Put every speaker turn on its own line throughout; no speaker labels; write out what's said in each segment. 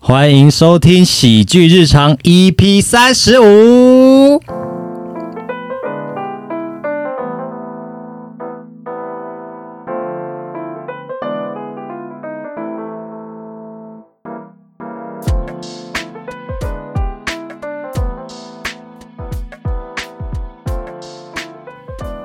欢迎收听《喜剧日常》EP 三十五。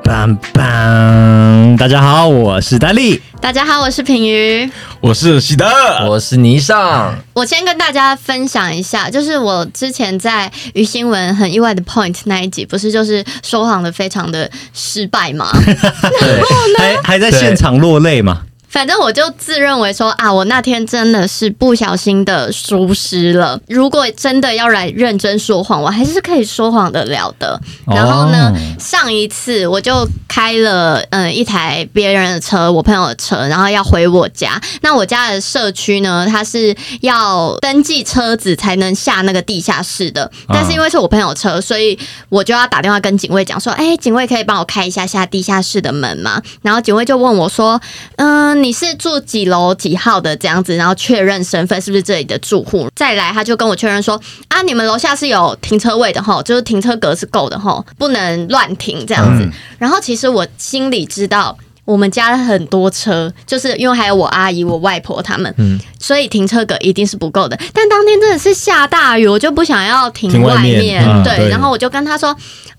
棒棒！大家好，我是丹力。
大家好，我是品瑜。
我是喜德，
我是霓裳，
我先跟大家分享一下，就是我之前在于新闻很意外的 point 那一集，不是就是收行的非常的失败嘛？
对，
还还在现场落泪嘛？
反正我就自认为说啊，我那天真的是不小心的疏失了。如果真的要来认真说谎，我还是可以说谎的了的。
哦
然后呢，上一次我就开了嗯、呃一台别人的车，我朋友的车，然后要回我家。那我家的社区呢，它是要登记车子才能下那个地下室的，但是因为是我朋友车，所以我就要打电话跟警卫讲说，哎、警卫可以帮我开一下下地下室的门吗？然后警卫就问我说，嗯、你是住几楼几号的这样子，然后确认身份是不是这里的住户。再来，他就跟我确认说，啊，你们楼下是有停车位的吼，就是停车格是够的吼，不能乱停这样子。然后其实我心里知道。我们家很多车，就是因为还有我阿姨、我外婆他们，所以停车格一定是不够的。但当天真的是下大雨，我就不想要停
停外
外
面嗯
对。
对
然后我就跟他说：“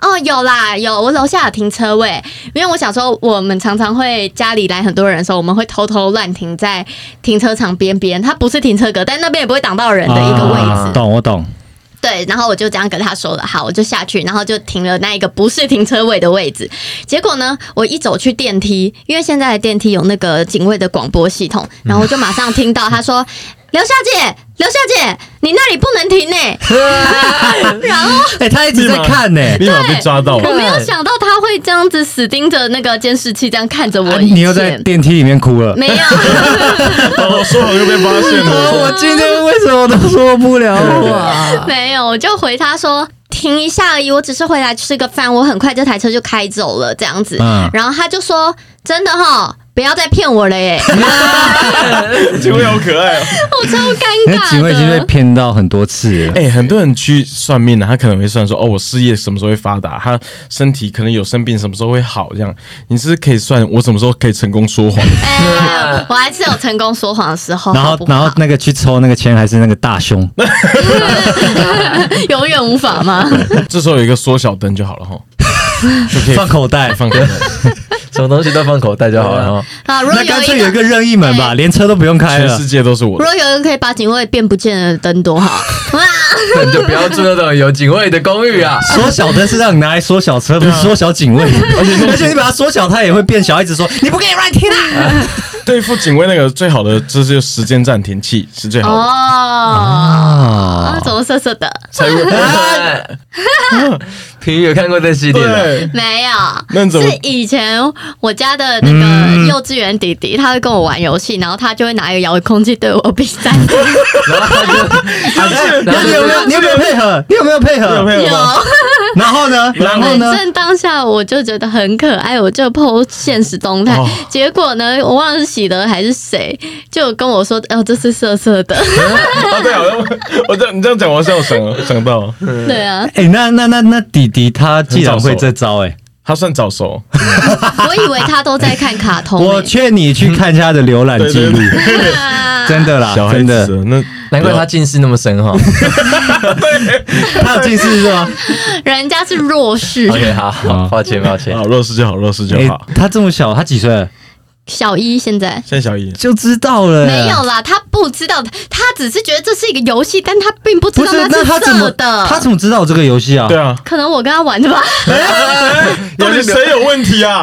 哦，有啦，有，我楼下有停车位。”因为我小时候我们常常会家里来很多人的时候，我们会偷偷乱停在停车场边边，它不是停车格，但那边也不会挡到人的一个位置。
啊懂我懂。
对，然后我就这样跟他说了，好，我就下去，然后就停了那一个不是停车位的位置。结果呢，我一走去电梯，因为现在的电梯有那个警卫的广播系统，然后我就马上听到他说：“刘小姐，刘小姐，你那里不能停呢、然后
哎、他一直在看呢、
立马被抓
哦
到
我
了。
没有想到他会这样子死盯着那个监视器，这样看着我一、眼。
啊你又在电梯里面哭了。
没有？
我哦说谎又被发现
啊
了，
我今天为什么都说不了 话？
没有，我就回他说停一下而已，我只是回来吃个饭，我很快这台车就开走了这样子。
嗯
然后他就说真的哈。不要再骗我 了耶！
警卫好可爱哦。
我超尴
那哎警卫已经
尬
被
的。
骗到很多次了。
哎，很多人去算命的，他可能会算说，哦，我事业什么时候会发达，他身体可能有生病，什么时候会好，这样。你是不是可以算我什么时候可以成功说谎？
哎，我还是有成功说谎的时候，
然
好
后
不，
然
好
后那个去抽那个签还是那个大胸，
永远无法吗？
这时候有一个缩小灯就好了哈，就可以
放口袋。
放开。
什么东西都放口袋就好了。
啊，如果
那哎干脆
有
有
一
一个
个，
任意门吧，连车都不用
哎
开
全
了
世。界都是我
如
的，
果有人可以把警卫变不见的灯多好！哇，
那你就不要住那种有警卫的公寓啊。
缩小灯是让你拿来缩小车，不是缩小警卫。 而且而且你把它缩小，它也会变小，一直说你不可以乱听啊。
对付警卫那个最好的就是时间暂停器是最好的。
哦，
啊
啊，怎么色色的？
才不平宇有看过这系列的，
对，
没有，
那你怎么
是以前我家的那
嗯
个幼稚园弟弟，他会跟我玩游戏，然后他就会拿一个遥控器对我 比赛。
然后他就他就
那
然后
你有没有？你有没有配合？你有没有配合？
没有
有，
吗？
然后呢？哎然后
反
呢？
正当下我就觉得很可爱，我就 PO 现实动态。
哦
结果呢，我忘了是喜德还是谁，就跟我说：“哦，这是色色的。
啊，对，好像我这样你这样讲，我好像有想想 到，”
对啊，
哎、那那那那弟弟他既然会这招、哎，
他算早熟，
我以为他都在看卡通、
我
欸。
劝你
嗯
去看一下他的浏览记录，
啊
真的啦，
小孩
真的，
子那
难怪他近视那么深哈。
他有近视是吗？
人家是弱势，
OK，好好，抱歉抱歉。
好弱势就好，弱势 就
哎、
好。
他这么小，他几岁了
小一现在。
现在小一，
就知道了、
没有。啦，他不知道，他只是觉得这是一个游戏，但他并不知
不
道
是，那
是
他怎
色
么
的。
他怎么知道我这个游戏啊？
对啊，
可能我跟他玩的吧，
到底谁有问题啊？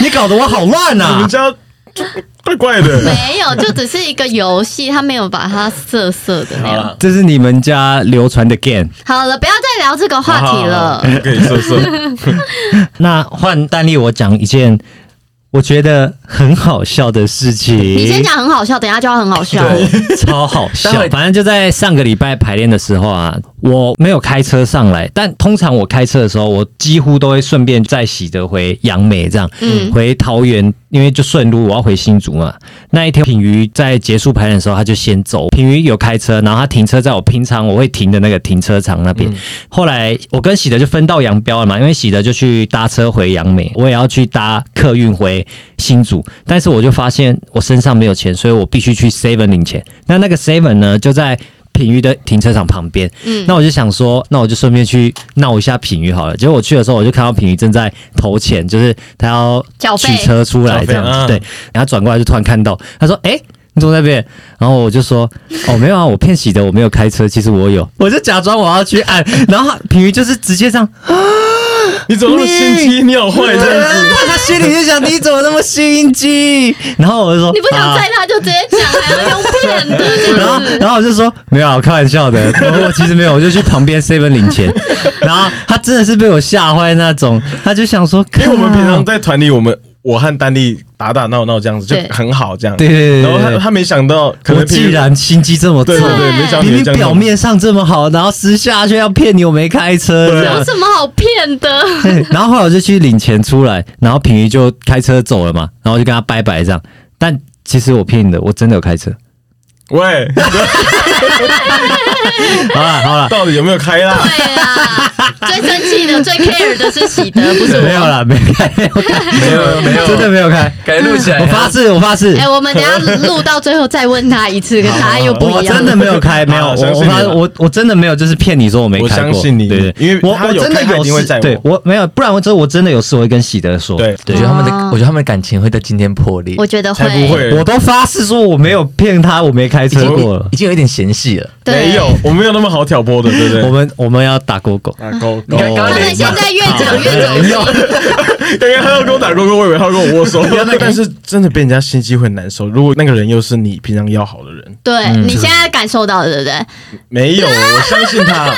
你搞得我好乱
你
啊
们！家就怪怪的。
没有，就只是一个游戏，他没有把它色色的那
好
样。
了，
这是你们家流传的 game。
好了，不要再聊这个话题了。
好好好可以色 色，
那换丹丽，我讲一件我觉得很好笑的事情。
你先讲很好笑，等一下就要很好笑。
对
超好笑
待会。
反正就在上个礼拜排练的时候啊，我没有开车上来，但通常我开车的时候，我几乎都会顺便再洗着回杨梅这样，
嗯
回桃园，因为就顺路我要回新竹嘛。那一天品瑜在结束排练的时候，他就先走。品瑜有开车，然后他停车在我平常我会停的那个停车场那边。
嗯
后来我跟喜德就分道扬镳了嘛，因为喜德就去搭车回杨梅，我也要去搭客运回新竹。但是我就发现我身上没有钱，所以我必须去 Seven 领钱。那那个 Seven 呢，就在品瑜的停车场旁边。
嗯
那我就想说，那我就顺便去闹一下品瑜好了。结果我去的时候，我就看到品瑜正在投钱，就是他要
缴费
取车出来
缴费
这样子。
嗯
对，然后转过来就突然看到，他说：“哎、你怎么在那边？”然后我就说：“哦，没有啊，我骗喜的，我没有开车，其实我 有。”我就假装我要去按， 然后他品瑜就是直接这样，
你怎么那么心机？你好坏这样子。
他心里就想：“你怎么那么心机？”然后我就说：“
你不
啊
想载嗯他就直接讲，还要用骗的，真
然后
的，是。
然后我就说没有啊，我开玩笑的， 我我其实没有，我就去旁边 seven 领钱。然后他真的是被我吓坏那种，他就想说，
因为我们平常
靠
在团里，我们我和丹丽打打闹闹这样子就
对
很好这样。
对对对对
然后他
对
他没想到，可
我
能
既然心机这么重
对，对对，
对
没想到你
明
会
明
这样
表面上这么好，然后私下却要骗你我没开车这
啊
样
有。什么好骗的？
对， 然后后来我就去领钱出来，然后品瑜就开车走了嘛，然后我就跟他拜拜这样。但其实我骗你的，我真的有开车。
喂，
好了啊好了，
到底有没有开 啦？
对啊，最生气的、最 care 的是喜德，不是
没有
我。
啦，没开，没有开，
没有没有，
真的没有开。
改录起来。
我发誓，我发誓。
哎、我们等一下录到最后再问他一次，可答案又不
我
一样。
真的没有开，没有，
好
我
啊相
我
信你
发
了
我我真的没有，就是骗你说我没
我
开过，
相信你
对对，
因为
我
他
我
有
真的
开他一
有
定会
事
载我
对我没有，不然我真的我真的有事，我会跟喜德说，
对
我
对
觉得他们的，
哦
我觉得他们的感情会在今天破裂，
我觉得会，
才不会，
我都发誓说我没有骗他，我没开车过了
已，经有一点嫌隙了。
对
没有，我没有那么好挑拨的，对不对？啊
我们我们要打勾勾，
打勾勾
你看，刚
他
刚
们现在越讲越走心。
刚刚他要跟我打勾勾，我以为他要跟我握 手，啊但是真的被人家心机会难受。如果那个人又是你平常要好的人，
对、你现在感受到了，对不对？
没有，我相信他。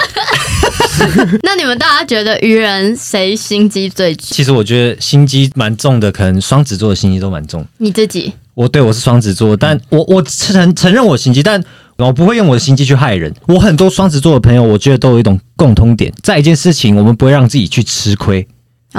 那你们大家觉得愚人谁心机最重？
其实我觉得心机蛮重的，可能双子座的心机都蛮重。
你自己？
我对我是双子座，但我我承承认我心机，但我不会用我的心机去害人。我很多双子座的朋友，我觉得都有一种共通点，在一件事情，我们不会让自己去吃亏。
哦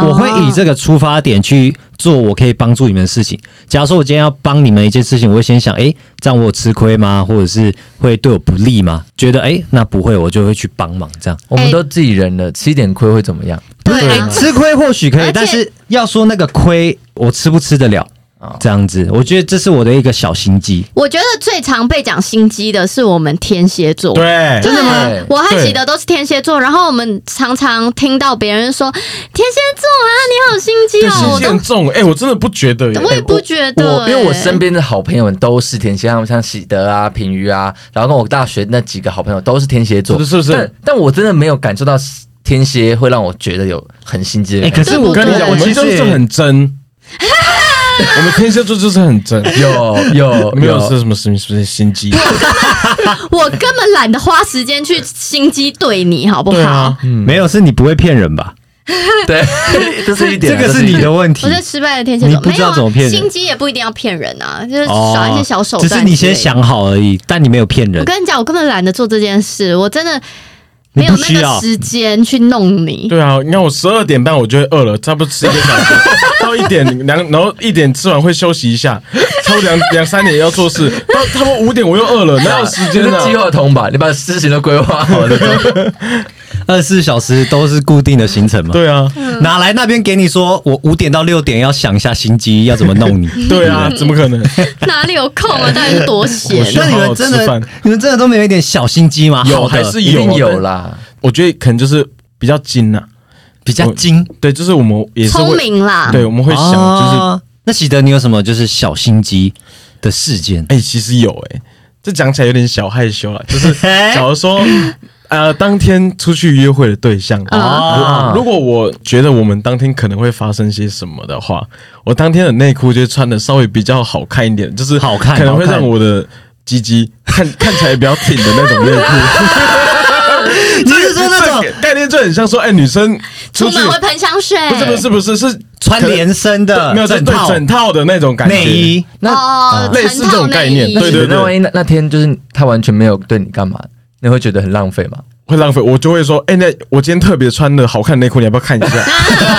我会以这个出发点去做我可以帮助你们的事情。假如说我今天要帮你们一件事情，我会先想，诶，这样我有吃亏吗？或者是会对我不利吗？觉得诶，那不会，我就会去帮忙。这样，
我
哎
们都自己人了，吃一点亏会怎么样？
对
诶
啊，
吃亏或许可
而
以
且，
但是要说那个亏，我吃不吃得了？
啊
这样子，我觉得这是我的一个小心机。
我觉得最常被讲心机的是我们天蝎座。
对，
真的吗
对？
我和喜德都是天蝎座，然后我们常常听到别人说天蝎座啊，你好心机哦，
心
我
机
都
很重，哎，我真的不觉得耶，
我也不觉得、
我因为我
欸
身边的好朋友们都是天蝎，像像喜德啊、品瑜啊，然后跟我大学那几个好朋友都是天蝎座，
是不是
但但我真的没有感受到天蝎会让我觉得有很心机的
诶，
感
可
觉。
是我
哎我跟你讲，我
我
们
其
就
实
是
也
很真， 我们天蝎座就是很真，
有有
没有
有
是什么什么什么心机，
我根本懒得花时间去心机对你，好不好？
对啊，
没有，是你不会骗人吧？
对，这是一点
这
啊，
个是
一
你
点
的问题
我。是失败的天蝎座，
你不知道怎么骗人
没有啊心机也不一定要骗人啊，就是
哦
耍一些小手段。
只是你先。想好而已，但你没有骗
我
人。
跟你讲，我根本懒得做这件事，我真的
你
没有
不需
那
要
个时间去弄你。
对啊，你看我十二点半我就会饿了，差不多吃一个小时，到一点两，然后一点吃完会休息一 下，差不多两两三点要做事，到差不多五点我又饿了，哪有时 间啊
这
呢、
是计划通吧？你把事情都规划好 了，
二十四小时都是固定的行程嘛？，
对啊，
嗯
哪来那边给你说我五点到六点要想一下心机要怎么弄你？
对
嗯
啊，怎么可能？
哪里有空啊？到底是多闲
我
啊？
需
那
要
你
好
们
好
真
吃
的
饭。，
你们真的都没有一点小心机吗？
有
好的
还是
一定
有啊
有啦。
我觉得可能就是比较精呐、
比较精，
对，就是我们也是
聪
会，
明啦，
对，我们会想就是，哎、
哦那喜德，你有什么就是小心机的事件？
其实有哎、这讲起来有点小害羞了，就是
哎
假 如说。呃，当天出去约会的对象
啊
如如果我觉得我们当天可能会发生些什么的话，我当天的内裤就穿的稍微比较好看一点，就是
好看
可能会
好看
让我的鸡鸡看看起来比较挺的那种内 裤。
你是说那种
这 个概念就很像说，哎、女生
出
出去
门会喷香水，
不是不是不是是
哎穿连身的
没有
整
对
套
整套的那种感觉
内衣？
哦，
类
成
似
套
这种概念
内衣
对对
那万一那那天就是他完全没有对你干嘛，你会觉得很浪费吗？
会浪费，我就会说，哎、那我今天特别穿的好看的内裤，你要不要看一下？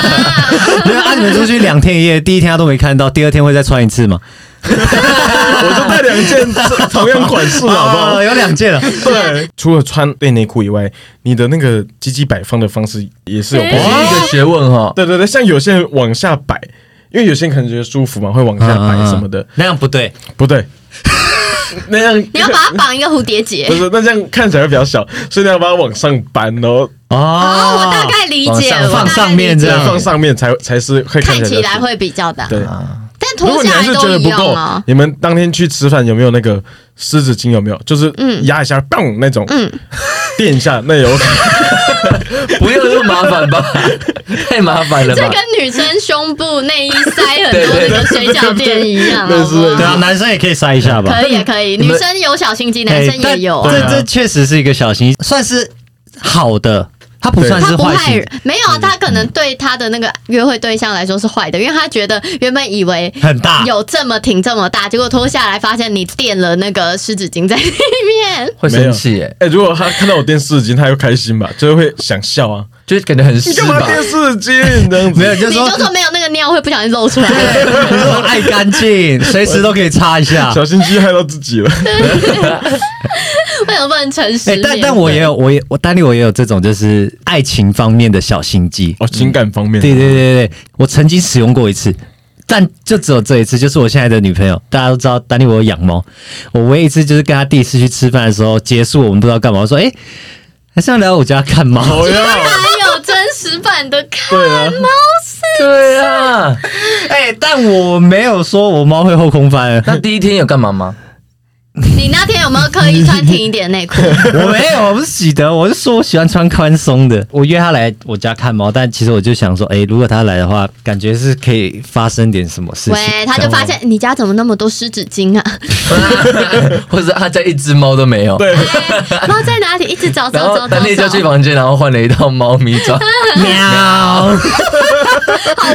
没有啊，你们出去两天一夜，第一天他都没看到，第二天会再穿一次吗？
我就带两件这同样款式，好不好
哦？有两件了，
对，除了穿对内裤以外，你的那个鸡鸡摆放的方式也
哎
是有关
也
系。
是一个学问哈。
对对对，像有些人往下摆，因为有些人可能觉得舒服嘛，会往下摆什么的，
嗯那样不对。
不对，那样
你要把它绑一个蝴蝶结
不。是那这样看起来会比较小，所以你要把它往上搬，然后
哦，我
哦
大概理
往
解，
上
我大概
放上面
理解
这样
放上面才才是会看
看起
起
来
来比较
会比较大，
对。
但
如
脱
果你
下
还
来
是觉
都
得
一
不
样
够
啊，。
你们当天去吃饭有没有那个湿纸巾？有没有就是
嗯
压一下，嘣那种， 垫一下，那有
不用那么麻烦吧， 太麻烦了
这
吧
跟。女生胸部内衣塞 很
对
多
对
那个水饺店一样，好不
对
好
啊，男生也可以塞一下吧。
可以可以，
你
女
们
生有小
哎
心机，男生也有啊。
这这确实是一个小心，算是好的，它不算
他
是
不
坏嗯
害
心
人，，没有啊，他可能对他的那个约会对象来说是坏的，因为他觉得原本以为
很大。
有这么挺这么大，结果脱下来发现你垫了那个湿纸巾在里面，
会
没有
生气耶，
哎、如果他看到我垫湿纸巾，他又开心吧，就会想笑啊。
就是感觉很
你
湿
干嘛
吧？
垫湿纸巾这样子？
没有， 就是
你
说
就说没有那个尿会不小心漏出来。
你说爱干净，随时都可以擦一下。
小心机害到自己了。
为什么不能诚 实
哎、
面对？
但但我也有，我也我丹尼我也有这种，就是爱情方面的小心机。
哦，情感方面，
对
啊
对对对，我曾经使用过一次，但就只有这一次，就是我现在的女朋友。大家都知道，丹尼我有养猫，我唯一一次就是跟她第一次去吃饭的时候，结束我们不知道干嘛，我说哎、诶还是要来我家看猫。
好呀，
啊还有真实版的看
对啊，
对啊，
哎、但我没有说我猫会后空 翻，
那第一天有干嘛吗？
你那天有没有刻意穿挺一点的内裤？
我没有， 我不是喜德，我是说我喜欢穿宽松的。我约他来我家看猫，但其实我就想说，哎、如果他来的话，感觉是可以发生点什么事情。
喂，他就发现你家怎么那么多湿纸巾啊？
或者他家一只猫都没有？
对，
猫在哪里？一直找
然
找
后
找
丹尼
找
就去
找，
房间，然后换了一套猫咪 装。
喵，
好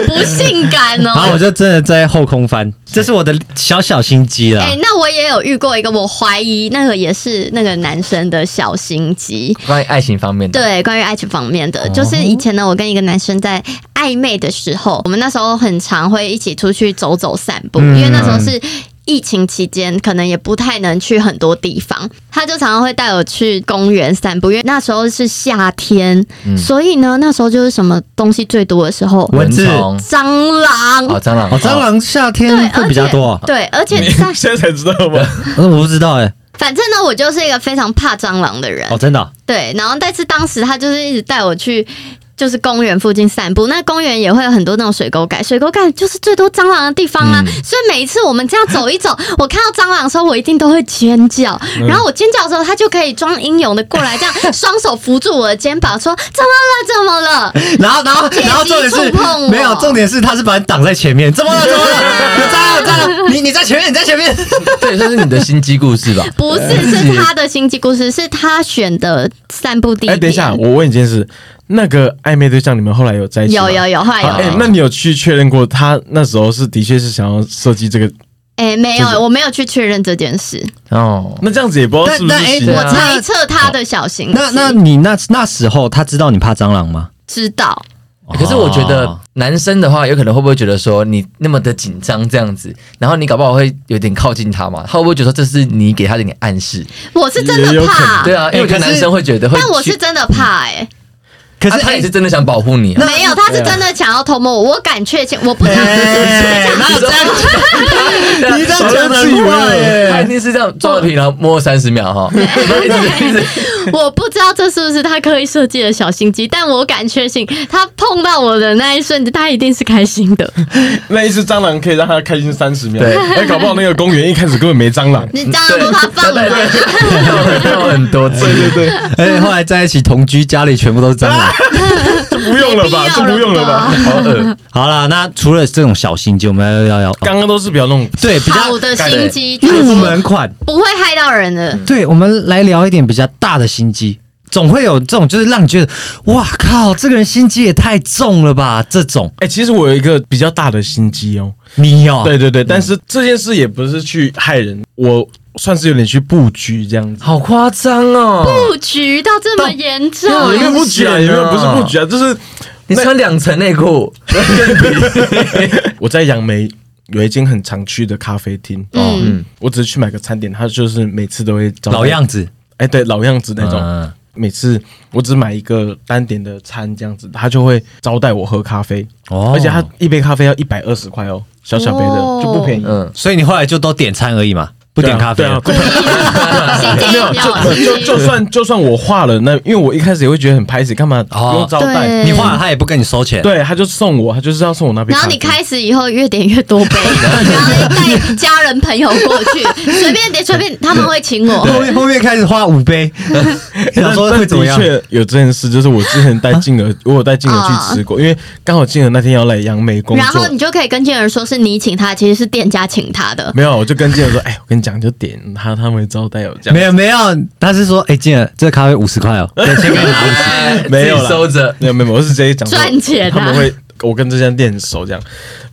不性 感
然后
哦
我。就真的在后空翻，这是我的小小心机啦。
哎、那我也有遇过一个，我怀疑那个也是那个男生的小心机。
关于爱情方面的，
对，关于爱情方面的，就是以前呢，我跟一个男生在暧昧的时候，我们那时候很常会一起出去走走散步，因为那时候是。疫情期间可能也不太能去很多地方，他就常常会带我去公园散步，因为那时候是夏天，所以呢，那时候就是什么东西最多的时候，
蚊子
虫，
蟑螂，
嗯哦，蟑螂，
哦，蟑螂夏天会比较多、哦，
对，而且
你
在
现在才知道吗？
嗯我不知道哎、
反正呢，我就是一个非常怕蟑螂的人，
哦，真的哦、
对，然后但是当时他就是一直带我去。就是公园附近散步，那公园也会有很多那种水沟盖，水沟盖就是最多蟑螂的地方啊。
嗯
所以每一次我们这样走一走，我看到蟑螂的时候，我一定都会尖叫。
嗯
然后我尖叫的时候，他就可以装英勇的过来，这样双手扶住我的肩膀，说：“怎么了？怎么了
然后，然后，然后重点
触碰我
是没有，重点是他是把你挡在前面，怎么了？怎么 了？有蟑螂，有蟑螂，你你在前面，你在前面。
对，这是你的心机 故事吧？？”
不是，是他的心机故事，是他选的散步地
哎、
点。
等一下，我问一件事，那个暧昧对象，你们后来有在一起吗
有有有，后来有
好。哎、那你有去确认过他那时候是的确是想要设计这个？
哎、没有
就，是
我没有去确认这件事，
哦，
那这样子也不知道
但
是不是
但哎
喜
对
我
啊
猜测他的小心机。
那那你那那时候他知道你怕蟑螂吗？
知道，
可是我觉得
哦
男生的话，有可能会不会觉得说你那么的紧张这样子，然后你搞不好会有点靠近他嘛？他会不会觉得说这是你给他的一点暗示？
我是真
也有
的
可
怕，
能
对啊，因为我觉得
可是
男生会觉得会去，
但我是真的怕哎、
可
啊
是
他也
哎
是真的想保护你啊。
没有，他是真的想要偷摸我，我敢确信，我不知道
啊
是不是
哎
这样
哪有这样
你
这样讲
自以为
很坏耶
他一定是这样抓了皮，然后摸三十秒哈，一直一直
我不知道这是不是他刻意设计的小心机，但我敢确信，他碰到我的那一瞬间，他一定是开心的。
那一只蟑螂可以让他开心三十秒，
对
哎、搞不好那个公园一开始根本没蟑螂。
你当然不怕放
对
了，
对对，我很多次，
对对对，
而哎且后来在一起同居，家里全部都是蟑螂。
就不用了吧，
没必
就
要
不用了吧。
吧？
好恶。
好啦，那除了这种小心机，我们要要要、哦
刚刚都是比较那种
对比
好
较
的心机就是
入门款。
不会害到人的。
对，我们来聊一点比较大的心机，总会有这种就是让你觉得哇靠，这个人心机也太重了吧？这种
哎、其实我有一个比较大的心机哦。
你哦，
对对对，但是这件事也不是去害人，我算是有点去布局这样子。
好夸张哦！
布局到这么严重，
到
也没有布局啊，也没有不是布局啊，就是
你穿两层内裤，
哎我在杨梅有一间很常去的咖啡厅，
嗯，
我只是去买个餐点，他就是每次都会找我
老样子
哎，对，老样子那种。
嗯
每次我只买一个单点的餐这样子，他就会招待我喝咖啡，
哦
而且他一杯咖啡要一百二十块哦，小小杯的、
哦
就不便宜。
嗯，
所以你后来就都点餐而已嘛，不点咖啡
对
了。
啊，对啊
心机
没有，
也比较好，
就
心
就
机
就算就算我画了那，因为我一开始也会觉得很排斥，干嘛不
哦
用招待？
对
你画了他也不跟你收钱，
对，他就送我，他就是要送我那杯
然
咖
后
啡。
你开始以后越点越多杯，然后带家人朋友过 去，随便点随便，他们会请我。
后面后面开始花五 杯，想说
但
会怎么样
的？确有这件事，就是我之前带 静儿，我有带静儿去吃过，因为刚好静儿那天要来杨梅工
哦然后
作
你，就可以跟经纪人说是你请他，其实是店家请他的。
没有，我就跟静儿说，哎，我跟你讲，就点他，他们会招待我这样
没。有没有，他是说，哎、进了这个咖啡五十块 哦，对，先给你拿 五十。
没有
哎自
啦
己收着，
没有没有，我是直接讲说
赚钱啊
他们会，我跟这家店很熟，这样。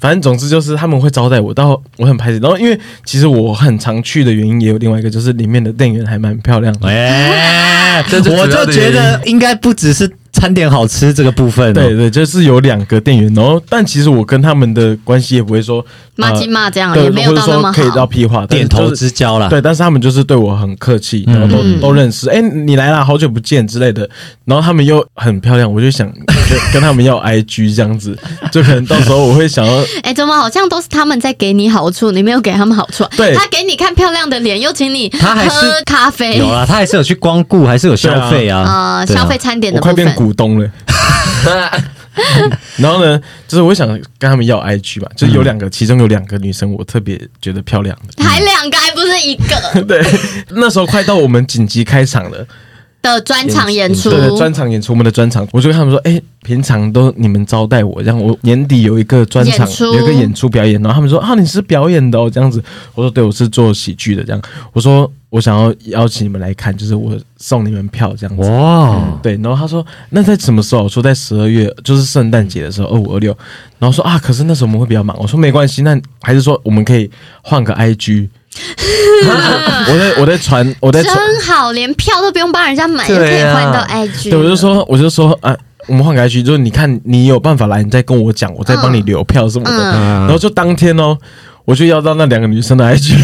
反正总之就是他们会招待我，到我很排斥。然后因为其实我很常去的原因也有另外一个，就是里面的店员还蛮漂亮的。
哎、
这是主要
我
的
就觉
原
得应该不只是餐点好吃这个部
嗯
分、哦，
对对，就是有两个店员，然后但其实我跟他们的关系也不会说
骂
呃
鸡骂这样
对
也没有
或者
到那
说
么
可以到
好。
屁话，但是
点
呃就是
头之交啦。
对，但是他们就是对我很客气，然后都、
嗯
都认识，哎、你来啦，好久不见之类的。然后他们又很漂亮，我就想跟跟他们要 IG 这样子，就可能到时候我会想要，
哎，怎么好像都是他们在给你好处，你没有给他们好处啊？
对
他给你看漂亮的脸，又请你
他还是
喝咖啡
啊
有啦，他还是有去光顾，还是有消费啊。
呃，
对啊
消费餐点
我
的
快
部
变
分。
股东了。然后呢，就是我想跟他们要 IG 嘛，就是有两个，其中有两个女生我特别觉得漂亮的。
还两个，还不是一个
对，那时候快到我们紧急开场了，
的专场演出
对，对专场演出，我们的专场，我就跟他们说，哎、平常都你们招待我，让我年底有一个专场
演，出
有一个演出表演，然后他们说啊，你是表演的哦，这样子，我说对，我是做喜剧的，这样，我说我想要邀请你们来看，就是我送你们票这样
啊
子。
哦
哇，
对，然后他说那在什么时候？我说在十二月，就是圣诞节的时候，二五二六。然后说啊，可是那时候我们会比较忙。我说没关系，那还是说我们可以换个 IG。我在我在传我在传
真好，连票都不用帮人家买，就可以
对啊
换到 IG。
对，我就说，我就说，啊，我们换个 IG，就是你看你有办法来，你再跟我讲，我再帮你留票什么的。
嗯，
然后就当天哦，我就要到那两个女生的 IG，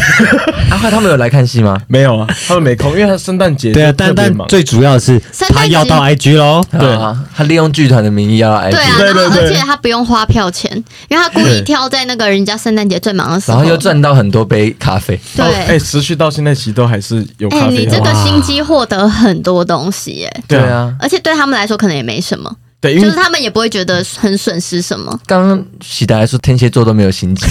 啊，后来他们有来看戏吗？
没有啊，他们没空，因为他圣诞节
对啊
就，特
但
别
但
忙
最主要的是
圣诞
他
节
要到 IG 喽。
对
啊，他利用剧团的名义要来
对啊，
IG，
然
对
后
对
而
对
且他不用花票钱，因为他故意挑在那个人家圣诞节最忙的时
然
候
后。又赚到很多杯咖啡。
对，
哦哎，持续到现在其实都还是有
哎、
咖
你
啡
这
喝。
个心机获得很多东西、哎，
对啊，
啊，
而且对他们来说可能也没什么，
对，因
就
为
是他们也不会觉得很损失什么。
刚刚喜达还说天蝎座都没有心机，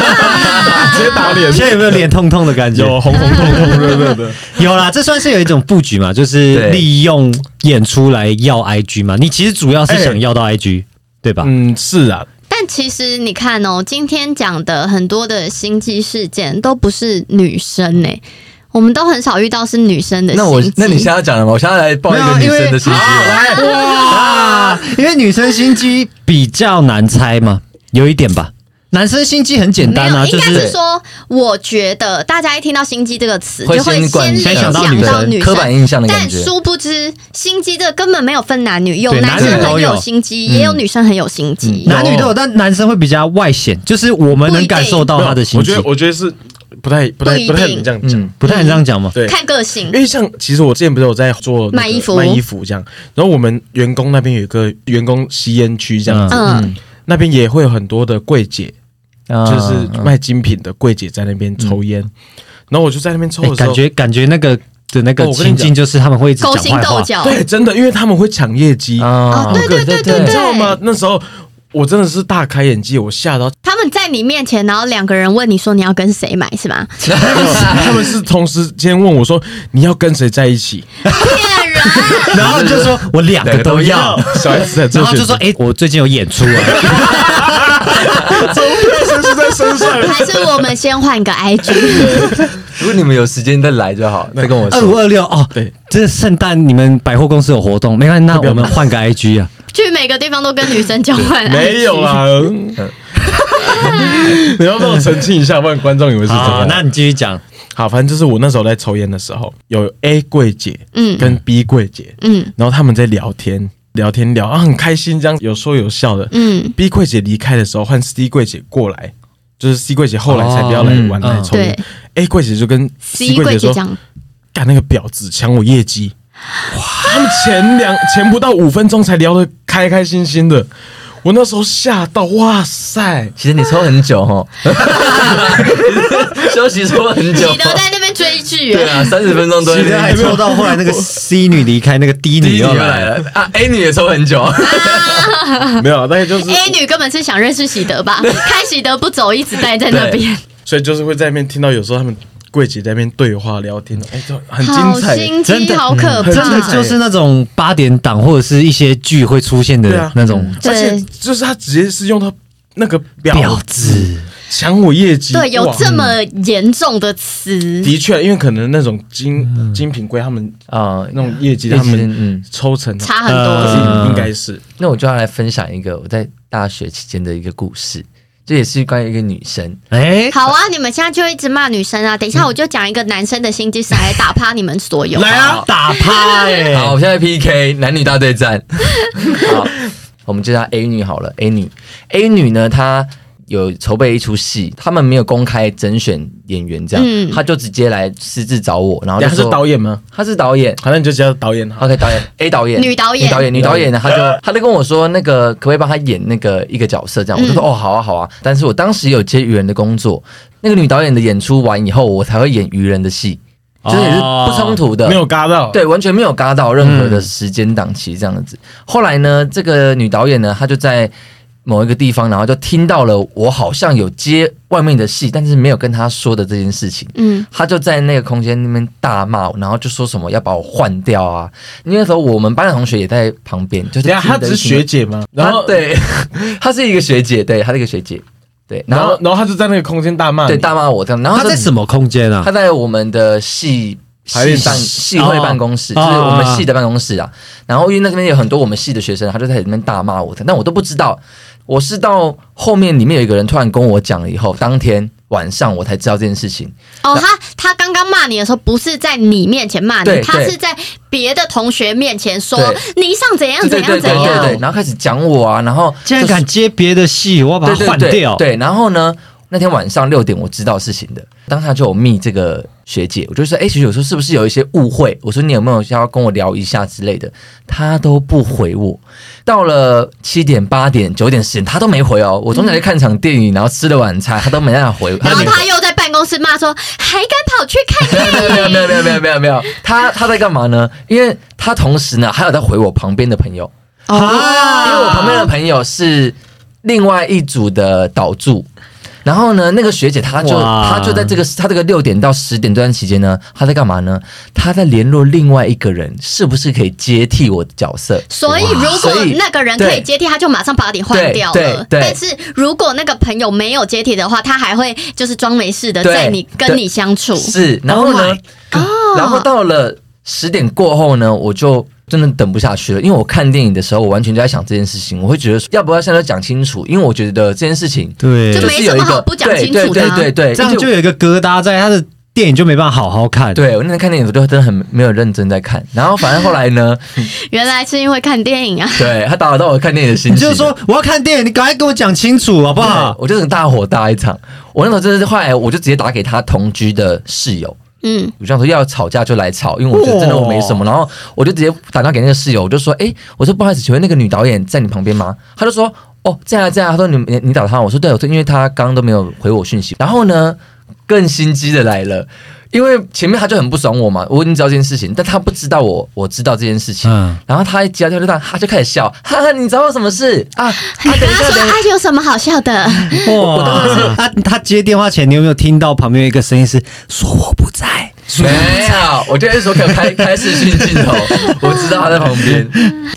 直接 打脸
现，在有没有脸痛痛的感觉？
有红红彤彤热 热的。
有啦，这算是有一种布局嘛，就是
对
利用演出来要 IG 嘛。你其实主要是想要到 IG，、对吧？
哎嗯，是啊，
但其实你看哦，今天讲的很多的心机事件都不是女生呢、哎我们都很少遇到是女生的心
那
机。
我那你现在要讲了吗？我现在来报一个女
啊
生的心机了。
哇，啊因为女生心机比较难猜嘛，有一点吧。男生心机很简
没
单啊，
有，应
就
该
是
是说，我觉得大家一听到“心机”这个词，
会
就会
先管
联
先
想
想到
女
女生
刻板印象的感
但
觉，
殊不知，心机这个根本没有分男女，有
对
男生
男女都
很
有嗯
有心机，也有女生很有心机。
男女都有，但男生会比较外显，就是我们能感受到他的心
我
机
觉。得我觉得是不太不太
不一定嗯
不太能这样讲。
不太能这样讲嘛。
对，
看个性
因。为像其实我之前不是有在做那个
卖衣服
卖衣服这样，然后我们员工那边有一个员工吸烟区这样子，
嗯，
那边也会有很多的柜姐，
啊
就是卖精品的柜姐在那边抽烟，然后我就在那边抽
哎
的时候，
感觉感觉那个的那
哦
个
我跟你
情
讲
境就是他们会一直讲
勾心
坏
斗
话，
角，
对，真的，因为他们会抢业绩，
啊，
对对对哦对
你知
对
道吗？那时候我真的是大开眼界，我 吓到，
他们在你面前，然后两个人问你说你要跟谁买是 吗？
他们是同时间问我说你要跟谁在一起，
骗人！
然后就说我两个都要，
小孩子在这
然后就说哎、我最近有演出 啊，
真是在身上，
还是我们先换个 IG？
如果你们有时间再来就好，再跟我
二
哎
五
说。
二六哦，
对，
这圣诞你们百货公司有活动，没关系，那我们换个 IG 啊，
去每个地方都跟女生交换 IG？
没有
啊
啊啦。 你要不要澄清一下，不然观众以为是怎么
好，
样？
那你继续讲，
好，反正就是我那时候在抽烟的时候，有 A 柜姐
嗯
跟 B 柜姐，
嗯
然后他们在聊天，聊天聊啊，很开心，这样有说有笑的。
嗯，
B 柜姐离开的时候，换 C 柜姐过来，就是 C 柜姐后来才不要来
哦
玩
嗯
来抽烟
对。
A 柜姐就跟
C
C 柜
柜
姐
姐
说
讲，：“
干那个婊子抢我业绩！”他们前两前不到五分钟才聊得开开心心的，我那时候吓到，哇塞！
其实你抽很久 哦，休息抽很久
你，都在那边追剧
对
耶，
啊，三十分钟都在
其实
那
还
边。
抽到后来那个 C 女离开，那个 D
第
女
一
又
又
来
来
了。
了啊！A 女也抽很久，
没有，大概就是
A 女根本是想认识喜德 吧？看喜德不走，一直待在那边，
所以就是会在那边听到有时候他们柜姐在那边对话聊天，哎、就很
好
精彩。
心
真
机，
的
好可
真的
怕。
就是那种八点档或者是一些剧会出现
对啊
的那种
而且
对
就是他直接是用他那个
婊
婊
子，
抢我业绩，
对，有
哇
这么严重的 词，
的确，因为可能那种精精品柜他们
嗯啊，
那种业绩，
业绩
他们
嗯
抽成
差很
就
多。
是应该是
那我就要来分享一个我在大学期间的一个故事，这也是关于一个女生。
哎，
好啊，你们现在就一直骂女生啊！等一下我就讲一个男生的心机闪来打趴你们所有。
来啊，打趴哎，
好，我现在 PK 男女大对 战。好，我们就叫 A 女好了。A 女，A 女呢，她有筹备一出戏，他们没有公开甄选演员，这样，
嗯
她就直接来私自找我，然后就
他是
说
导，演吗？
她是导演，
好，那你就叫导演好。
OK，导演 A 导演，
女导演
女导演，女导演呢，他就他就跟我说，那个可不可以帮他演那个一个角色这样？我就
嗯
说、哦，好啊，好啊。但是我当时有接愚人的工作，那个女导演的演出完以后，我才会演愚人的戏，啊就是也是不冲突的，
没有嘎到，
对，完全没有嘎到任何的时间档期这样子。后来呢，这个女导演呢，她就在某一个地方，然后就听到了我好像有接外面的戏，但是没有跟她说的这件事情。
嗯，
她就在那个空间那边大骂我，然后就说什么要把我换掉啊。因为那时候我们班的同学也在旁边，就是
等一下
听
他
得
只是
清楚
学，姐吗？然
然
后
后，啊对， 她是一个学姐，对，她是一个学姐，对，然
然
后
后然后他就在那个空间大骂
对
你，
大骂我这样，然后
他在
就
什么空间啊
他？在我们的系
排练
系办
室
系会办公室，
哦
就是我们系的办公室啊。然后因为那边有很多我们系的学生，他就在里面大骂我，但我都不知道。我是到后面里面有一个人突然跟我讲了以后，当天晚上我才知道这件事情。
哦，他他刚刚骂你的时候，不是在你面前骂你，
对
他
对
是在别的同学面前说
对
你上怎样
对
哎怎
对
样
对
怎
对对
样啊
对，。然后开始讲我啊，然后
竟然
就
敢接别的戏，我要把它
对
换
对
掉。
对。对，然后呢，那天晚上六点我知道事情的，当下就有密这个学姐，我就说，哎、学姐，我说是不是有一些误会？我说你有没有想要跟我聊一下之类的？她都不回我。到了七点、八点、九点、十点，她都没回哦。我中间去看场电影，然后吃了晚餐，她都没让她回。
然
她
后
没回
他又在办公室骂说：“还敢跑去看电影？
没有没有没有没有没有没有，他他在干嘛呢？因为他同时呢还有在回我旁边的朋友，
哦
因为我旁边的朋友是另外一组的导助。然后呢，那个学姐她就
哇
她就在这个她这个六点到十点这段期间呢，她在干嘛呢？她在联络另外一个人，是不是可以接替我的角色？
所以，
哇
如果
所以
那个人可以
对
接替，他就马上把你换掉了。
对对对
但是如果那个朋友没有接替的话，他还会就是装没事的，
对
在你跟你相处。
是，然后呢
，Oh
my
哦
然后到了十点过后呢，我就真的等不下去了，因为我看电影的时候，我完全就在想这件事情，我会觉得说要不要现在讲清楚，因为我觉得这件事情
对
就没
是有一
什么好
个
不讲
对
清楚的啊
对对对对，
这样
而且
就有一个疙瘩在，他的电影就没办法好好看。
对我那天看电影，我就真的很没有认真在看，然后反正后来 呢，
原来是因为看电影啊！
对他打扰到我看电影的心
你
情，
就是说我要看电影，你赶快跟我讲清楚好不
哇，
好？
我就是大火大一场，我那时候真的是后来我就直接打给他同居的室友，
嗯，
我就想说要吵架就来吵，因为我觉得真的我没什么。然后我就直接打电话给那个室友，我就说：“哎、我说不好意思，请问那个女导演在你旁边吗？”他就说：“哦，在啊，在啊。”他说你：“你你打她？”我说：“对，我说因为她刚刚都没有回我讯息。”然后呢，更心机的来了。因为前面他就很不爽我嘛，我已经知道这件事情，但他不知道我我知道这件事情，
嗯
然后他一接到电话，他就开始笑，哈哈，你找我什么事啊？啊，等一
跟
下，
他
等
说
一下，
啊，有什么好笑的？
哇！他哦啊他接电话前，你有没有听到旁边有一个声音是说我不在？
没有，我就一直说可以开开视讯镜头，我知道他在旁边。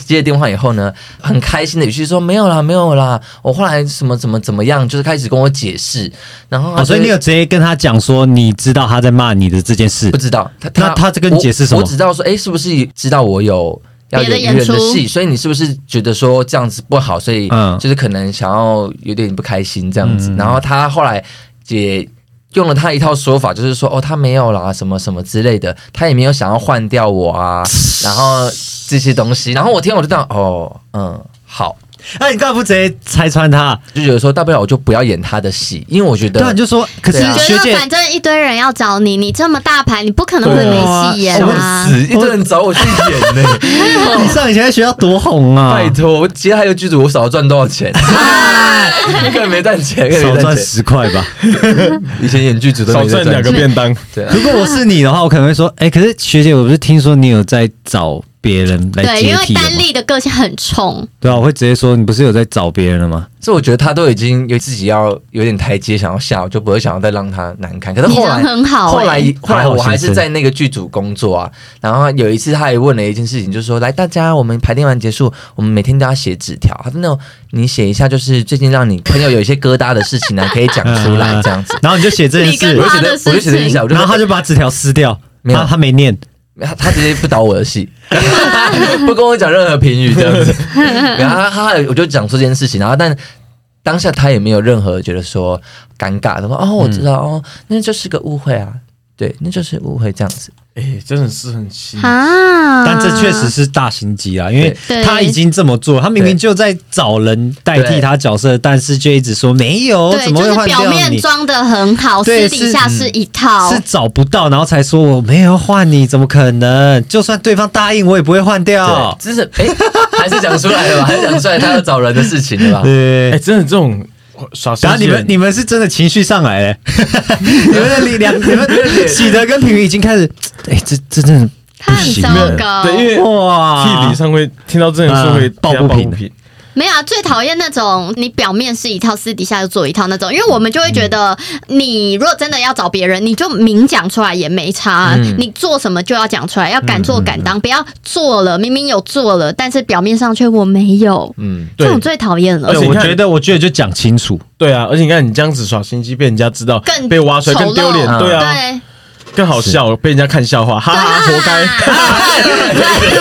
接电话以后呢，很开心的语气说没有啦，没有啦，我后来什么怎么怎么样，就是开始跟我解释，然后他
哦，所以
就
你有直接跟他讲说你知道他在骂你的这件事
不。知道他
那他在跟你解释什么
我？我只知道说，哎，是不是知道我有。要
别的
演
演
演的
出
戏，所以你是不是觉得说这样子不好？所以
嗯
嗯就是可能想要有点不开心这样子。然后他后来也用了他一套说法，就是说哦，他没有啦，什么什么之类的，他也没有想要换掉我啊， 然后这些东西，然后我听我就这样，哦，嗯，好，
哎那你干嘛不直接拆穿他？
就觉得说大不了我就不要演他的戏，因为我觉
对啊，
得
你就说，可是
对啊
学
觉得
姐，
反正一堆人要找你，你这么大牌，你不可能会没戏演啊。
死一堆人找我去演呢、
你上以前在学校多红啊，
拜托，我接他一个剧组，我少赚多少钱？一个人没赚钱，一个人
少
没
赚
赚钱。
十块 吧。
以前演剧组都
少
没
赚
在
两
赚
个
钱，
便当，
对啊
如果我是你的话，我可能会说，哎、可是学姐，我不是听说你有在找别人来
对，因
接
为
替了
丹
吗？
丽的个性很冲，
对啊，我会直接说，你不是有在找别人了吗？
所以我觉得他都已经有自己要有点台阶想要下，我就不会想要再让他难堪。可是后来
你人很好欸
后来后来
好好
我还
先
是
生
在那个剧组工作啊。然后有一次他还问了一件事情，就是说来大家我们排练完结束，我们每天都要写纸条。他说那种你写一下，就是最近让你朋友有一些疙瘩的事情呢、啊可以讲出
嗯
来这样子。
然后你就写这件
你
事
跟
我
他
就觉得
的
我就
事
觉得一
情
下，我就
然
说
后他就把纸条撕掉，
没有
他他没念，
他他直接不导我的戏， 不跟我讲任何评语这样子。然后他他我就讲出这件事情，然后但当下他也没有任何觉得说尴尬，他说哦我知道、哦，那就是个误会啊，对，那就是误会这样子。
哎，真的是很气。
啊！
嗯但这确实是大心机啊，因为
对
他已经这么做，他明明
对
就在找人代替
对
他角色，但是就一直说没有，
对，
怎么会
就是
换
表
掉
面
你？
装的很好，
对
私底下
是
是一套
是。找不到，然后才说我没有换你，怎么可能？就算对方答应，我也不会换掉
对，。真是哎，还是讲出来了吧，还是讲出来他要找人的事情了吧？
对
哎，，真的这种耍心
然后你们
眼
你们是真的情绪上来了， 你们的 两你们喜德跟平云已经开始，哎、这这真的
他很糟糕，
对，因为
哦哇，
替理上会听到这件事会
啊抱不平
不平，
没有啊，最讨厌那种你表面是一套，私底下就做一套那种，因为我们就会觉得，你如果真的要找别人，你就明讲出来也没差啊、你做什么就要讲出来，要敢做敢当，不要做了明明有做了，但是表面上却我没有，
嗯，
这
对
种最讨厌了
而。且
对，我
你看
觉得我觉得就讲清楚，
对啊，而且你看你这样子耍心机，被人家知道，
更
被挖出来，
丑
更丢脸，
陋
对啊，
对，
更好笑，被人家看笑话，哈哈，活该。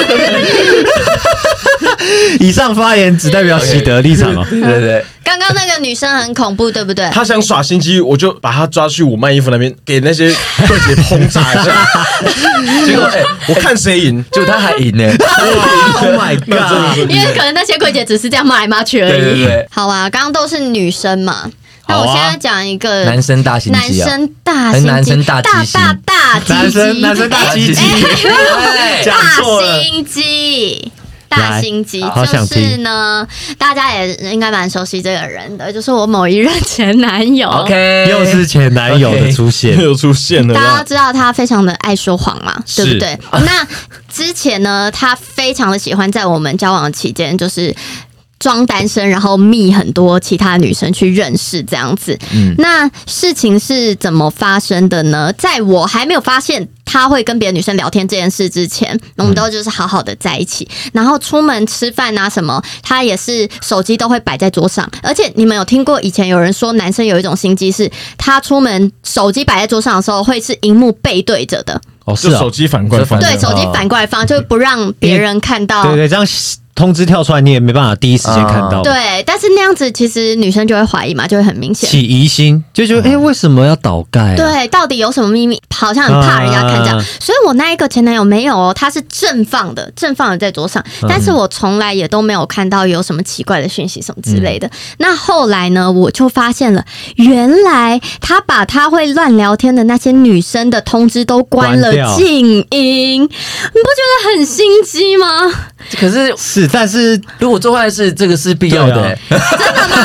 以上发言只代表喜德立场哦。
对对对，
刚刚那个女生很恐怖，对不对？
他想耍心机，我就把他抓去我卖衣服那边，给那些 柜姐轰炸一下，
结果哎，
我看谁赢。
就他还赢呢，
Oh my
那
god！
真 的
因
是
为可能那些柜姐只是这样骂来骂去而已。
对对对
好啊，刚刚都是女生嘛，那
好
我
啊
现在讲一个
男生大心
男
机啊，
生大
哎
还
心机，
是男生大
大
鸡心
大大鸡
男生
鸡
男 生大鸡鸡
哎
哎
讲错了
大心机。大心机
好
就
想
是
听
呢，大家也应该蛮熟悉这个人的，就是我某一任前男友。
，OK，
又是前男友的出现，
又出现了
大家
啦
都，知道他非常的爱说谎嘛，
是
对不对？哦那之前呢，他非常的喜欢在我们交往的期间，就是。装单身，然后密很多其他女生去认识，这样子。
嗯
那事情是怎么发生的呢？在我还没有发现他会跟别的女生聊天这件事之前，我们都就是好好的在一起，然后出门吃饭啊什么，他也是手机都会摆在桌上。而且你们有听过以前有人说男生有一种心机是，他出门手机摆在桌上的时候会是荧幕背对着的，
哦是
就
啊
手，机反过来放。
对，手机反过来放，就不让别人看到。
对对，这样通知跳出来，你也没办法第一时间看到，
对但是那样子其实女生就会怀疑嘛，就会很明显。
起疑心，就觉得哎，为什么要倒盖？，
对，到底有什么秘密？好像很怕人家看这样，
啊
所以我那一个前男友没有哦，他是正放的，正放的在桌上，但是我从来也都没有看到有什么奇怪的讯息什么之类的。那后来呢，我就发现了，原来他把他会乱聊天的那些女生的通知都关
关
了
掉
静音，你不觉得很心机吗？
可是
是，但是
如果做坏事，这个是必要的
对啊
欸。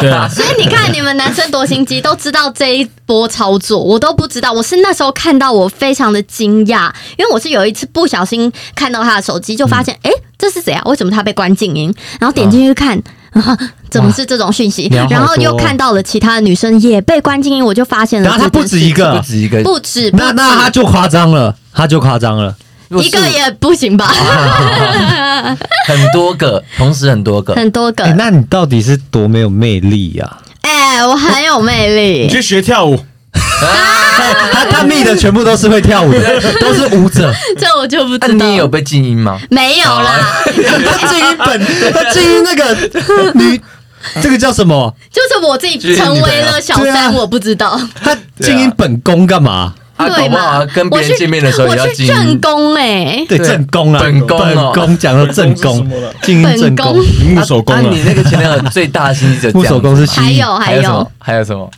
对啊，
所以你看，你们男生多心机，都知道这一波操作，我都不知道。我是那时候看到，我非常的惊讶，因为我是有一次不小心看到他的手机，就发现，
嗯
诶，这是谁啊？为什么他被关静音？然后点进去看。啊怎么是这种讯息
哇？
然
好
后
多
又看到了其他的女生也被关静音，我就发现哎了。
然后他不止一，个
不，止一个，
不止，
那
不止
那他就夸张了，他就夸张了，
如果
一
是
个也不行吧？
啊
很多个，同时很多个。
很多个
哎，。那你到底是多没有魅力啊呀？
哎，我很有魅
你
力，
去学跳舞，
他他密的全部都是会跳舞 的，都是舞者。
这我就不
那
知道。
啊你也有被静音吗？
啊
没有啦？
他至于本，他至于那个女这个叫什么？
就是我自己成为了小
对啊
三，我不知道。
他经营本宫干嘛？
啊，
对
搞不好
嘛？
跟别人见面的时候
我
也
去
要
我去
进
正宫哎，
对，
对
正宫啊，
本宫哦
本宫讲到正
本
宫
宫是什么了，
经营正
本
宫
宫，
木手工
啊
了
你，那个前男友最大的心机就
木手工是
还
西医，
有
还
哦还
有什
有
么，？还有什么？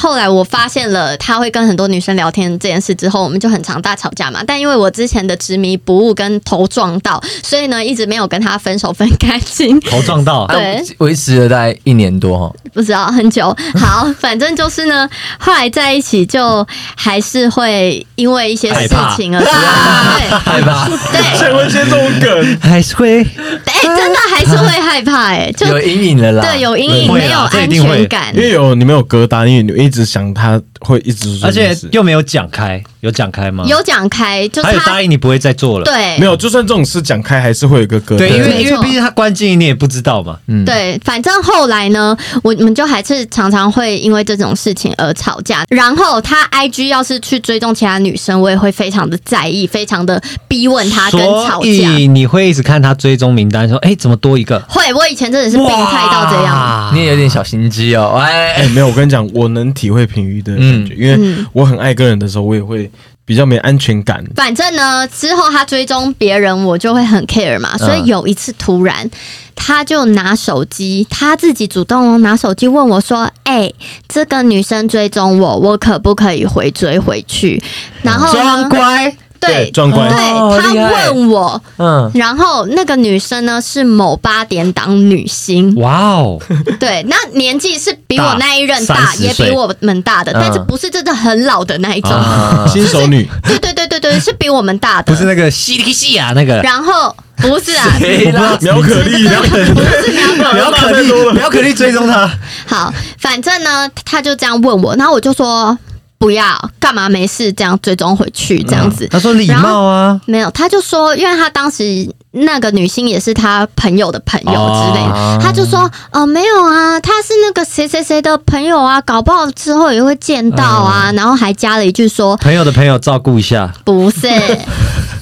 后来我发现了他会跟很多女生聊天这件事之后，我们就很常大吵架嘛。但因为我之前的执迷不悟跟头撞到，所以呢一直没有跟他分手分干净。
头撞到，
啊
对，
维持了大概一年多哈。
不知道很久。好，反正就是呢，后来在一起就还是会因为一些事情而
害
对
怕，
对，
谁会接这种 梗？
还是会
哎、真的还是会害怕哎、就
有阴影了啦。
对有阴影，
会啦
没有
这一
安
定会
全感
因。为有你们有疙瘩，因为你们一直想他会一直说
而
这件
且
事，
又没有讲开，有讲开
啊
吗？
有讲开，就
还
是
有
他
答应你不会再做了。
对
没有，就算这种事讲开，还是会有一个疙瘩。
对，因为
没
因
错
为毕竟他关静音，你也不知道嘛。
嗯
对，反正后来呢，我们就还是常常会因为这种事情而吵架。然后他 IG 要是去追踪其他女生，我也会非常的在意，非常的逼问他跟吵
所
架。
以你会一直看他追踪名单，说哎、怎么多一个？
会，我以前真的是病态到这样。
哇
你也有点小心机哦。
哎、
哎，
没有，我跟你讲，我能体会平鱼的感觉，因为我很爱跟人的时候，我也会比较没安全感。
反正呢，之后他追踪别人，我就会很 care
嗯
嘛。所以有一次突然，他就拿手机，他自己主动哦拿手机问我说：“哎、这个女生追踪我，我可不可以回追回去？”然后呢
装，乖，
对
装乖
哦
对，他
厉害
问我，
嗯，
然后那个女生呢是某八点档女星，
哇 哦，
对，那年纪是比我
大
那一任大，
30
也比
岁
我们大的，但是
嗯
不是真的很老的那一种。
啊
新手女，
对对对对对，是比我们大的。
不是那个西里西亚那个哎
然后不是啊，啊
谁 啦？
苗可丽，苗可丽，
苗可丽，苗可丽追踪他，
好，反正呢，他就这样问我，然后我就说不要，干嘛没事这样追踪回去这样子。
他说礼貌啊，
没有，他就说，因为他当时那个女星也是他朋友的朋友之类的，他就说，哦、没有啊，他是那个谁谁谁的朋友啊，搞不好之后也会见到啊，然后还加了一句说，
朋友的朋友照顾一下，
不是，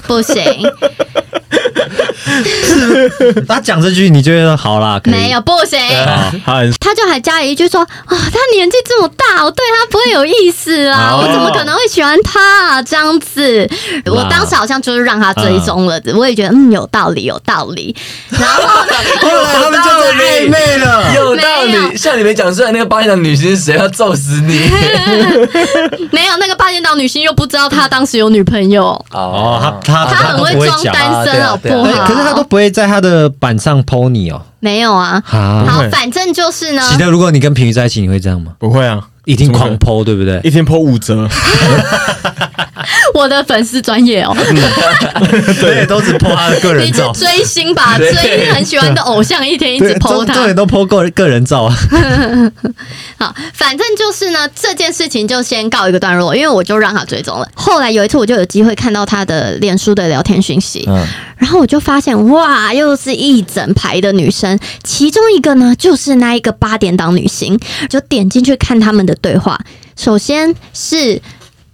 不行，
他讲这句你就会说好啦，可以
没有，不行。
她很
他就还加了一句说：“啊、他年纪这么大，我对他不会有意思啦，
哦
我怎么可能会喜欢他、啊、这样子？”我
哇
当时好像就是让他追踪了，我也觉得嗯有道理，有道理。然后呢
后来他们就在暧昧了。
有道
没有
理，像你们讲出来那个八点档女星是谁，要揍死 你！
没有那个八点档女星又不知道他当时有女朋友，
哦，他他
他很
都不
会
会
装
讲，
单
对
身，
啊
好不
对啊
好
对？
哎可是他都不会在他的板上 PO 你哦。
没有啊。
啊，
好
会，
反正就是呢，
喜德，如果你跟平宇在一起，你会这样吗？
不会啊，
一定狂 PO，对不对？
一天破五折，
我的粉丝专业哦，
嗯
哎
对，都只 PO 他的个
你去。追星吧，
对
追你很喜欢的偶像，一 天一直
对，
剖
重重
他
点。都 PO 个个人照啊，
好，反正就是呢，这件事情就先告一个段落，因为我就让他追踪了。后来有一次，我就有机会看到他的脸书的聊天讯息，
嗯
然后我就发现，哇，又是一整排的女生，其中一个呢，就是那一个八点档女星，就点进去看他们的对话。首先是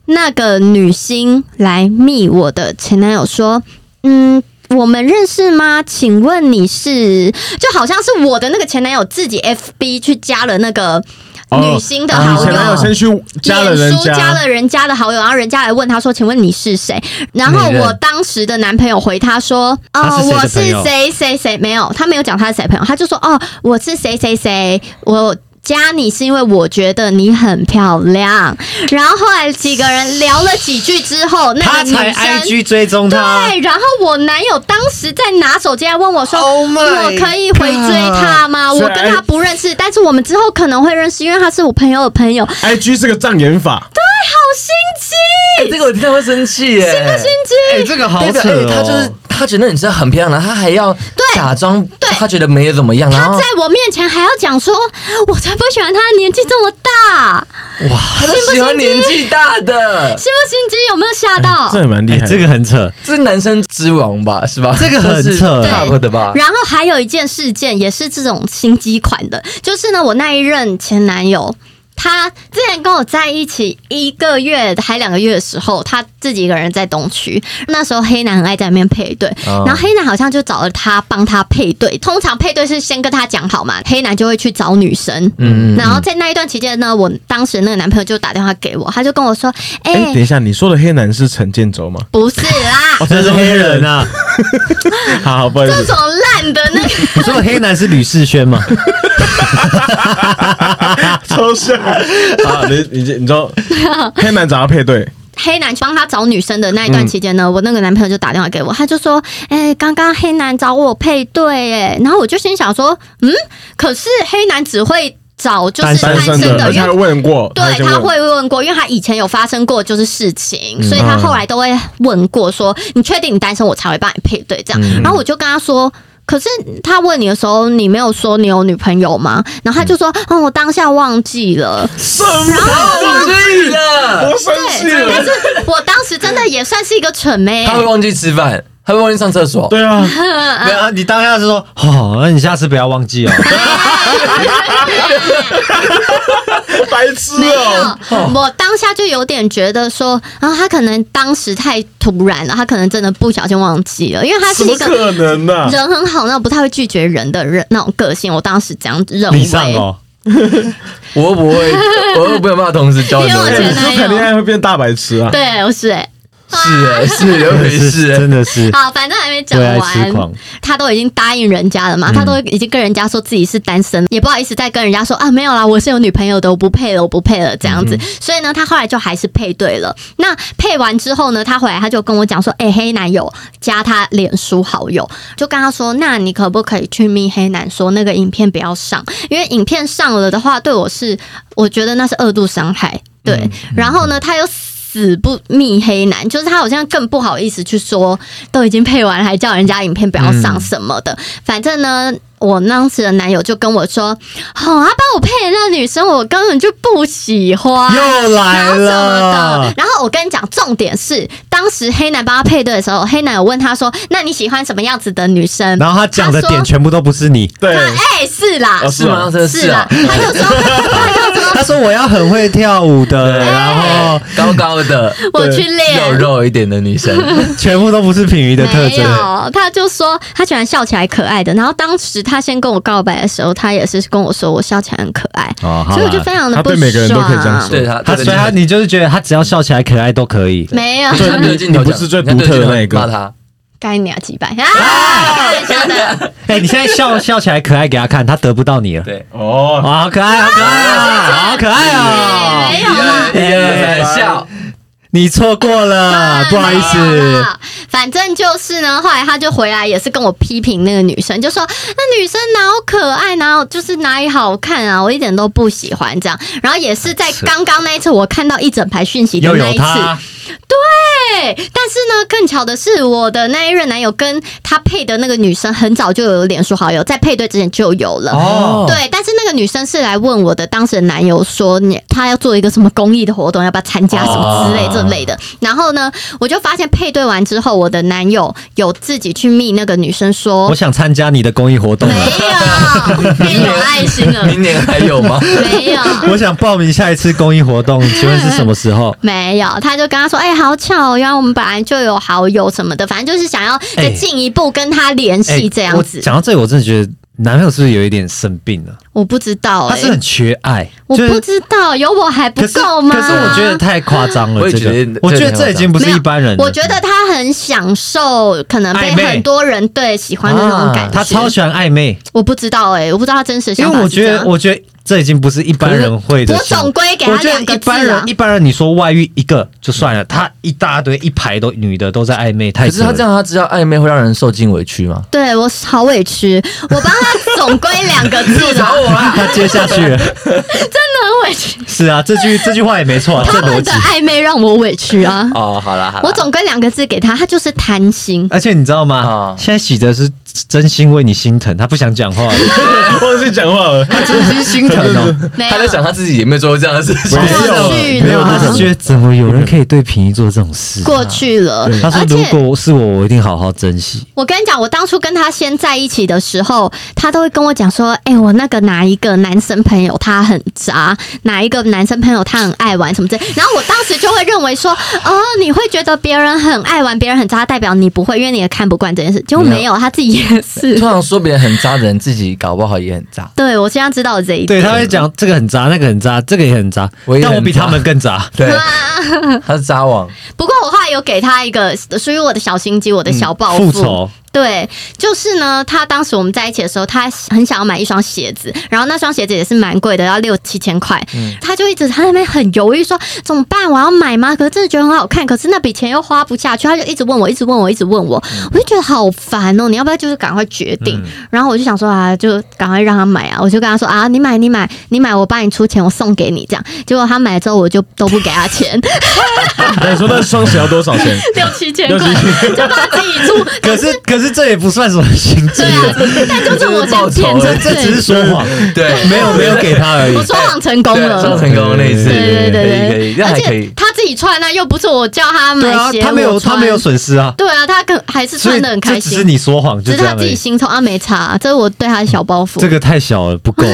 那个女星来密我的前男友说，嗯。我们认识吗？请问你是就好像是我的那个前男友自己 FB 去加了那个
哦
女星的
以
好
前
友，
男友先去加了人
脸书
家，
加了人家的好友，然后人家来问他说：“请问你是谁？”然后
没人
我当时的男朋友回他说：“哦，
他是谁的
我
朋
是
友
谁谁谁，没有，他没有讲他是谁朋友，他就说：哦，我是谁谁谁，我。”加你是因为我觉得你很漂亮，然后后来几个人聊了几句之后，那
他
个女
才
生
IG 追踪他，
对，然后我男友当时在拿手机来问我说：“
Oh my
我可以回追他吗？我
God
跟他不认识，但是我们之后可能会认识，因为他是我朋友的朋友。
IG 是个障眼法，
好心机，
哎这个我听到会生气耶，
这个心机。
哎，这个好
代表
扯
哎
哦。
他就是他觉得你真的很漂亮，然后他还要假装他觉得没有怎么样，然
他
后
在我面前还要讲说，我才不喜欢他的年纪这么大，
他都喜欢年纪大的，
心不心机？有没有吓到？
这也蛮厉
哎
害的。
这个很扯，
这是男生之王吧，是吧？
这个很
是
扯
大过的吧？
然后还有一件事件也是这种心机款的，就是呢，我那一任前男友。他之前跟我在一起一个月还两个月的时候，他自己一个人在东区，那时候黑男很爱在那边配对，
哦
然后黑男好像就找了他帮他配对。通常配对是先跟他讲好嘛，黑男就会去找女生。
嗯
然后在那一段期间呢，我当时那个男朋友就打电话给我，他就跟我说：“哎、
哎，等一下，你说的黑男是陈建州吗？
不是啦，
哦，
这是黑人啊！
好好，不好意
这
思，
种烂的那个。”
你说的黑男是吕世轩 吗？
抽象啊！你你 你知道黑男找他配对，
黑男帮他找女生的那一段期间呢，我那个男朋友就打电话给我，他就说：“哎、刚刚黑男找我配对，哎。”然后我就心想说：“嗯，可是黑男只会找就是
单
单身
身的，
的，
而且
因
还
为。”
问过，
对，
他
他会问嗯过，因为他以前有发生过就是事情，所以他后来都会问过说：“你确定你单身，我才会帮你配对。”这样，然后我就跟他说。可是他问你的时候，你没有说你有女朋友吗？然后他就说：“嗯，我当下忘记了。”
什么？
对了，
我生气啊
对，但
了
是，我当时真的也算是一个蠢妹、
他会忘记吃饭，他会忘记上厕所，
对啊，
没有，你当下是说，哦，那你下次不要忘记哦。
啊 白痴
没
哦！
有，我当下就有点觉得说，啊，他可能当时太突然了，他可能真的不小心忘记了，因为他是
怎么
一个
可能啊呢？
人很好，那种不太会拒绝人的人那种个 性，我当时这样认为。
你上哦，
我又不会，我又没有办法同时交
因
流
为。我
哎
觉
你
得
是不是谈恋爱会变大白痴啊？
对，我是、欸。
是哎，是有回事
真的是
好，反正还没讲
为爱痴狂
完，。他都已经答应人家了嘛，他都已经跟人家说自己是单身，也不好意思再跟人家说啊，没有啦，我是有女朋友的，我不配了，我不配了这样子。所以呢，他后来就还是配对了。那配完之后呢，他回来他就跟我讲说，哎、黑男友加他脸书好友，就跟他说，那你可不可以去密黑男说那个影片不要上，因为影片上了的话，对我是我觉得那是二度伤害。对，然后呢，他又死不密黑男，就是他好像更不好意思去说，都已经配完了，还叫人家影片不要上什么的。反正呢，我当时的男友就跟我说：“哦，他帮我配的那女生，我根本就不喜欢。”
又来
然后什么
了
的，，然后我跟你讲，重点是当时黑男帮他配对的时候，黑男有问他说：“那你喜欢什么样子的女生？”
然后他讲的
他说
点全部都不是你。
对
他，哎、是啦，
哦
是吗？真的是
啦
啊，，
他就说，他 就说
他说我要很会跳舞 的，然后
高高的、
我去
肉
练，
肉一点的女生，
全部都不是品瑜的特
没
征。
有，他就说他喜欢笑起来可爱的。然后当时他先跟我告白的时候，他也是跟我说我笑起来很可爱，
哦，好
所以我就
啦
非常的
他
不
对
爽。
每个人都可以这样说
对她，
他
对
所以他你就是觉得他只要笑起来可爱都可 以。
没有，
对她对着镜头
你
讲
不是最独特的那一个
骂他，
该你啊几百啊！开玩笑的，
哎，你现在笑笑起来可爱给他看，他得不到你了。
对，
哦，
哇，好可爱，好可爱啊，好可爱
哎
哦！
没有啦。
一二三笑，
你错过了，啊不好意
没有
思。
啦。反正就是呢，后来他就回来也是跟我批评那个女生，就说那女生哪有可爱，哪有就是哪里好看啊，我一点都不喜欢这样。然后也是在刚刚那一次，我看到一整排讯息的
又
那
有
一次，
他，
对，但是呢，更巧的是，我的那一任男友跟他配的那个女生很早就有脸书好友，在配对之前就有了。
哦
对，但是那个女生是来问我的当时的男友说，你他要做一个什么公益的活动，要不要参加什么之类这类的。然后呢，我就发现配对完之后，我的男友有自己去密那个女生
我
说，
想参加你的公益活动
没
了，
有，变有爱心了，
明年还有 吗？
没有。
我想报名下一次公益活动，请问是什么时候？
没有，他就跟他说：“哎、好巧哦，原来我们本来就有好友什么的，反正就是想要再进一步跟他联
哎
系这样子。
我讲到这里，我真的觉得男朋友是不是有一点生病了？
我不知道、
他
哎，
是很缺爱，
我
就是
不知道，有我还不
可是
够吗？
可是我觉得太夸张
我
了，
也
这
觉
个
得
我觉得
这个
这已经不是一般人了。
我觉得他很享受，可能被
暧昧啊
很多人对喜欢的那种感觉。
他超喜欢暧昧，
我不知道哎、我不知道他真实的
因
想法
为我
是
觉
这样
得我觉得这已经不是一般人会的
我
想法。
总归给
我
他
觉
两
得
个
一
字
般
啊
人，一般人，你说外遇一个就算了，他一大堆一排都女的都在暧昧，太
可是他这样，他知道暧昧会让人受尽委屈吗？
对我好委屈，我帮他总归两个 字啦，
呃我啊啦！
他接下去了
真的很委屈。
是啊，这句这句话也没错啊，这
他
逻
们的
辑。
暧昧让我委屈啊！
哦，好啦好啦，
我总归两个字给他，他就是贪心。
而且你知道吗
啊？
现在喜德是真心为你心疼，他不想讲话了，
忘记讲话了。
他真心心疼哦。
没
他在想
有
他自己有没有做过这样的事情
没。
过去
没有，他是
了，
觉得怎么有人可以对平移做这种事、啊？
过去了，
他说
而：“
如
且。
果是我，我一定好好珍惜。
我跟你讲，我当初跟他先在一起的时候，他都会跟我讲说：“哎、我那个哪一个男生朋友他很渣，哪一个男生朋友他很爱玩什么之类。”然后我当时就会认为说：“哦，你会觉得别人很爱玩，别人很渣，代表你不会，因为你也看不惯这件事。”结果没有，他自己也是
通。常说别人很渣的人，自己搞不好也很渣。
对，我现在知道这一
对，
点。
他会讲这个很渣，那个很渣，这个也很渣，
我也很
但
渣
我比他们更渣。
对，他是渣王，
不过我后来有给他一个属于我的小心机，我的小报复。
复仇，
对，就是呢，他当时我们在一起的时候，他很想要买一双鞋子，然后那双鞋子也是蛮贵的，要六七千块。他就一直他在那边很犹豫说，怎么办？我要买吗？可是真的觉得很好看，可是那笔钱又花不下去，他就一直问我，一直问我，一直问我，我就觉得好烦哦。你要不要就是赶快决定？然后我就想说啊，就赶快让他买啊。我就跟他说啊，你买你买你买，我帮你出钱，我送给你这样。结果他买了之后，我就都不给他钱，
你说那双鞋要多少钱？
六七千
六七
块就帮他自己出。
可是，可是这也不算什么心机
对啊，但就是我先骗
这
着，
这只哎
对
是说谎，
对，
没有没有给他而已
我。说谎成功
啊
对上
了。
成功那一次，
对对对
可以可
对，
以，那
而
还可
且
以。
他自己穿那又不是我叫他
对
买
啊，
鞋，
他没有
我穿
他没有。损失啊，
对啊，他可还是
所以
穿的很开
这只是
心，
你说谎，就
只
这
是他
样而
自己
已。
心痛啊，没差，这是我对他的小包袱。
这个太小了，不 够，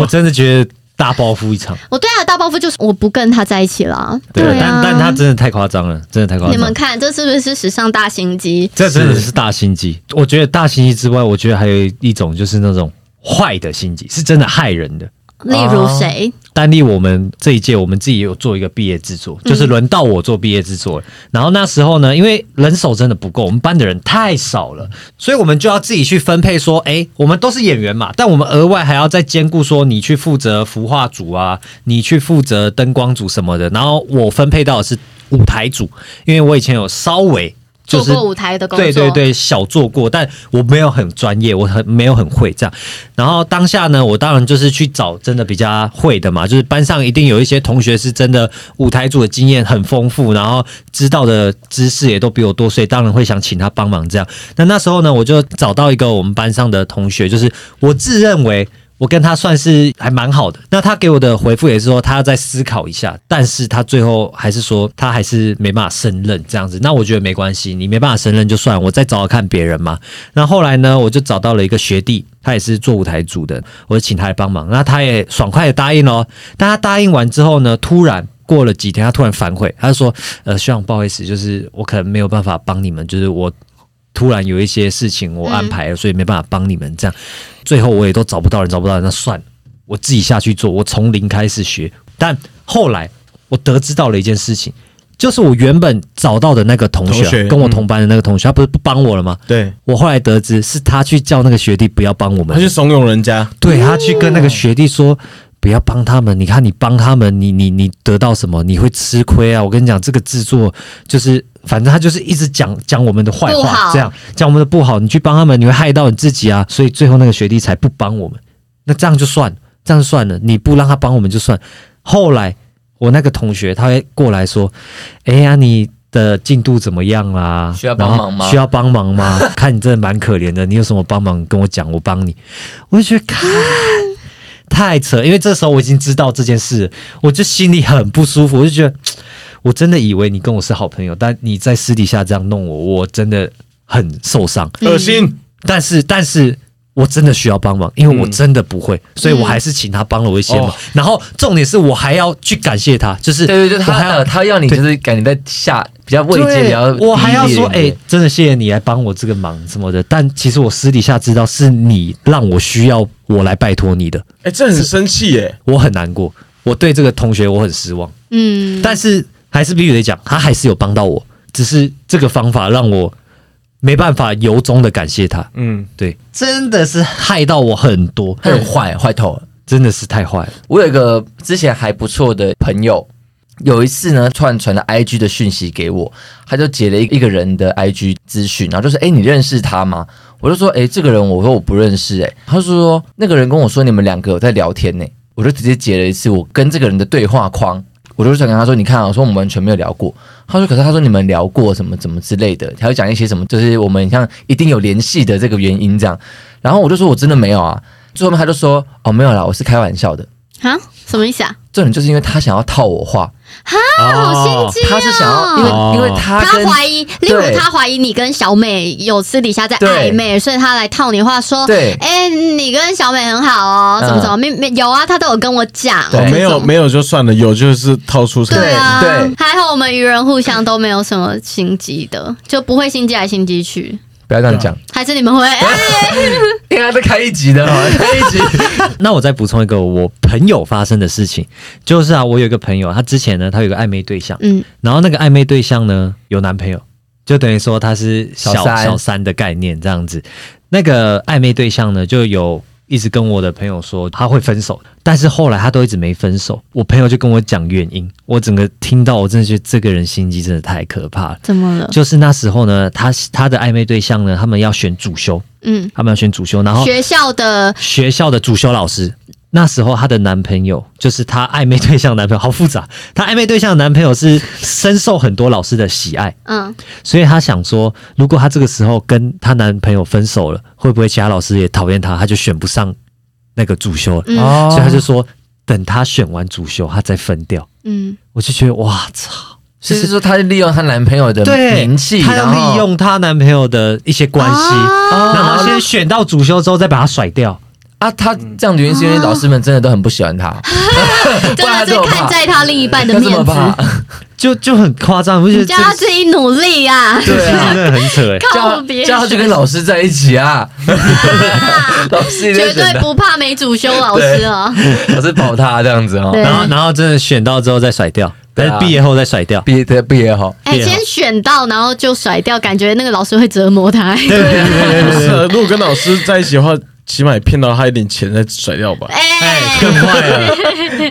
我真的觉得大报复一场。
我对他的大包袱就是我不跟他在一起了。
对，
啊
但，但他真的太夸张了，真的太夸
你们
张。
看这是不是史上大心机？
这真的是大心机。我觉得大心机之外，我觉得还有一种就是那种坏的心机，是真的害人的。
例如谁？
丹立我们这一届，我们自己有做一个毕业制作，
嗯
就是轮到我做毕业制作了。然后那时候呢，因为人手真的不够，我们班的人太少了，所以我们就要自己去分配说，诶，我们都是演员嘛，但我们额外还要再兼顾说，你去负责服化组啊，你去负责灯光组什么的。然后我分配到的是舞台组，因为我以前有稍微。就
做
是
过舞台的工作？
对对，对，小做过，但我没有很专业，我很没有很会这样。然后当下呢，我当然就是去找真的比较会的嘛，就是班上一定有一些同学是真的舞台组的经验很丰富，然后知道的知识也都比我多，所以当然会想请他帮忙这样。那那时候呢，我就找到一个我们班上的同学，就是我自认为。我跟他算是还蛮好的，那他给我的回复也是说他在思考一下，但是他最后还是说他还是没办法胜任这样子。那我觉得没关系，你没办法胜任就算，我再找找看别人嘛。那后来呢，我就找到了一个学弟，他也是做舞台组的，我就请他来帮忙，那他也爽快的答应咯。但他答应完之后呢，突然。过了几天，他突然反悔，他就说：“呃，学长，不好意思，就是我可能没有办法帮你们，就是我突然有一些事情我安排了，所以没办法帮你们。这样，最后我也都找不到人，找不到人，那算了，我自己下去做，我从零开始学。但后来我得知到了一件事情，就是我原本找到的那个同学啊，
同学
跟我同班的那个同学，他不是不帮我了吗？
对，
我后来得知是他去叫那个学弟不要帮我
他去
们，
怂恿人家，
对他去跟那个学弟说。不要帮他们，你看你帮他们，你你你得到什么？你会吃亏啊！我跟你讲，这个制作就是，反正他就是一直讲讲我们的坏
不
话，
好
这样讲我们的不好，你去帮他们，你会害到你自己啊！所以最后那个学弟才不帮我们。那这样就算，这样就算了，你不让他帮我们就算。后来我那个同学他会过来说：“哎呀，你的进度怎么样啦、
需要帮忙吗
然后需要帮忙吗？ 看你真的蛮可怜的，你有什么帮忙跟我讲，我帮你。”我就觉得看。太扯，因为这时候我已经知道这件事了，我就心里很不舒服，我就觉得我真的以为你跟我是好朋友，但你在私底下这样弄我，我真的很受伤。
嗯
恶心。
但是，但是我真的需要帮忙，因为我
嗯
真的不会，所以我还是请他帮了我一些忙。
哦
然后重点是我还要去感谢他，就是
对对对，
我还
他
要
呃他要你就是感觉在下比较慰藉，
对
比较
我还要说，哎、
低一点点
真的谢谢你来帮我这个忙什么的。但其实我私底下知道是你让我需要我来拜托你的，
哎，这很生气耶！
我很难过，我对这个同学我很失望。
嗯，
但是还是必须得讲，他还是有帮到我，只是这个方法让我没办法由衷的感谢他。
嗯，
对，真的是害到我很多，
他很坏，坏透了。
真的是太坏了。
我有一个之前还不错的朋友，有一次呢，突然传了 IG 的讯息给我，他就截了一一个人的 IG 资讯，然后就说：“哎、你认识他吗？”我就说：“哎、这个人，我说我不认识。”哎，他就说那个人跟我说你们两个有在聊天呢、我就直接截了一次我跟这个人的对话框。我就想跟他说，你看啊，我说我们完全没有聊过。他说，可是他说你们聊过什么怎么之类的，还会讲一些什么，就是我们像一定有联系的这个原因这样。然后我就说我真的没有啊。最后面他就说哦没有啦，我是开玩笑的。
啊，什么意思啊？
重点就是因为他想要套我话，
啊，好心机、哦！
他是想要，因为、因为他
他
跟
怀疑，例如
对
他怀疑你跟小美有私底下在
对
暧昧，所以他来套你话说，
对
哎、你跟小美很好哦，
嗯
怎么怎么，没没有啊，他都有跟我讲，
对
哦，没有
怎么
没有就算了，有就是掏出成
对 啊，
对
还好我们愚人互相都没有什么心机的，就不会心机来心机去，
不要这样讲，
还是你们 会，哎、
啊
应该在开一集的，好像开一集。
那我再补充一个我朋友发生的事情，就是啊，我有一个朋友，他之前呢，他有个暧昧对象，
嗯，
然后那个暧昧对象呢有男朋友，就等于说他是小
小三
小三的概念这样子。那个暧昧对象呢，就有一直跟我的朋友说他会分手，但是后来他都一直没分手。我朋友就跟我讲原因，我整个听到我真的觉得这个人心机真的太可怕了。
怎么了？
就是那时候呢，他他的暧昧对象呢，他们要选主修，
嗯，
他们要选主修，然后
学校的
学校的主修老师。那时候她的男朋友就是她暧昧对象的男朋友，好复杂。她暧昧对象的男朋友是深受很多老师的喜爱，
嗯，
所以她想说，如果她这个时候跟她男朋友分手了，会不会其他老师也讨厌她，她就选不上那个主修了？
嗯
哦
所以她就说，等她选完主修，她再分掉。
嗯，
我就觉得，哇操！
就是说，她利用她男朋友的
对，
名气，
她
然
要
后
利用她男朋友的一些关系，
啊
然后先选到主修之后，再把她甩掉。
啊，她这样的原因是因为老师们真的都很不喜欢她，不
真
然她
的
这
是
么
看
怕，
在他另一半的
她这么
面子，
怕，
嗯就就很夸张，不觉得
你
这
叫他自己努力呀、啊，
对 啊
真的很扯哎、
告
叫
别
叫她去跟老师在一 起啊，老师一定
绝
会选
对
啊她，
不怕没主修老师哦。
老师保她这样子哦
对。
然后然后真的选到之后再甩掉，但
对啊
是毕业后再甩掉。
毕业对毕业后，
哎、先选到，然后就甩掉，感觉那个老师会折磨他。
不是啊，如果跟老师在一起的话，起码也骗到他一点钱再甩掉 吧。
哎、
哎，更坏了！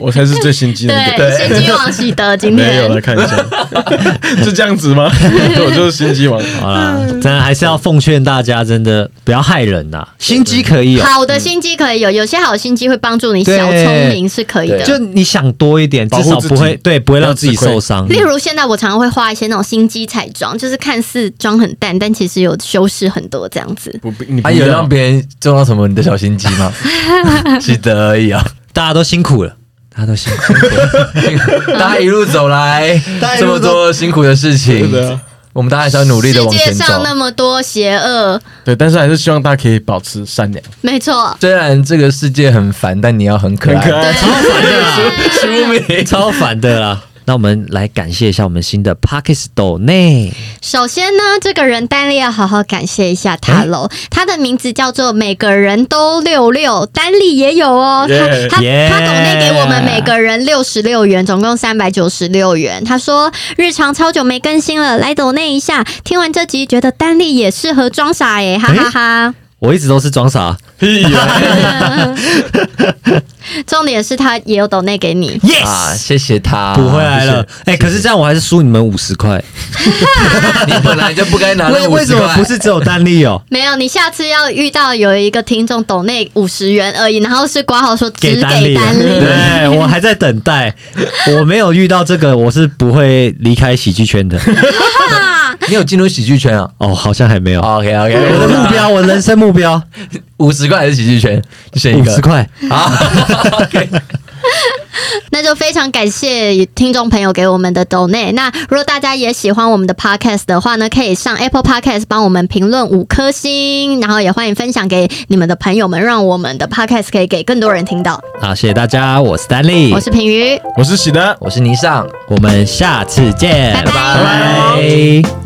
我才是最心机的那个。
对，先机王喜德今
没有
天
来看一下， 是这样子吗？对，我就是心机王。
好啦，真的还是要奉劝大家，真的不要害人呐、心机可以有，哦
好的心机可以有，有些好心机会帮助你小聪明是可以的。
就你想多一点，
保
至
护
少
自己
不会对，不会
不要
让自己
吃亏
受伤。
例如，现在我常常会画一些那种心机彩妆，就是看似妆很淡，但其实有修饰很多这样子。
不，不你不
还有
要
让别人中到什么你的小心机 吗？记得而已啊，
大家都辛苦了，大家都辛 苦了，
大家一路走来，
大家一
这
路
么
都
多辛苦的事情
对，的啊
我们大家还是要努力
世
的往
界
前走
上。那么多邪恶，
对，但是还是希望大家可以保持善良。
没错，
虽然这个世界很烦，但你要很可
很可爱
哎
爱。
对，
出名，
超烦的啦。那我们来感谢一下我们新的 Parkes 斗内，
首先呢，这个人丹利要好好感谢一下塔楼，他的名字叫做每个人都六六，丹利也有哦。
Yeah
他他
Yeah
他总内给我们每个人六十六元，总共三百九十六元。他说日常超久没更新了，来抖内一下。听完这集，觉得丹利也适合装傻耶，哈哈哈。
我一直都是装傻，
屁啦，
重点是他也有抖内给你。
啊！谢谢他
补回来了。哎、可是这样我还是输你们五十块，
谢谢你本来就不该拿
为
那五
为
十
什么
块
不。是只有单利哦？
没有，你下次要遇到有一个听众抖内五十元而已，然后是挂号说只给丹
丹利啊，
利，
对我还在等待，我没有遇到这个，我是不会离开喜剧圈 的。
你有进入喜剧圈啊
哦，好像还没有。
？OK
我的
OK，
目标，我的人生目标哦
五十块还是喜剧圈？你选一
五
个
十块，
啊？OK，
那就非常感谢听众朋友给我们的 donate。那如果大家也喜欢我们的 podcast 的话呢，可以上 Apple Podcast 帮我们评论五颗星，然后也欢迎分享给你们的朋友们，让我们的 podcast 可以给更多人听到。
好，谢谢大家，我是丹利
我，是平鱼，
我是喜德。
我是倪尚。
我们下次见，
拜拜
拜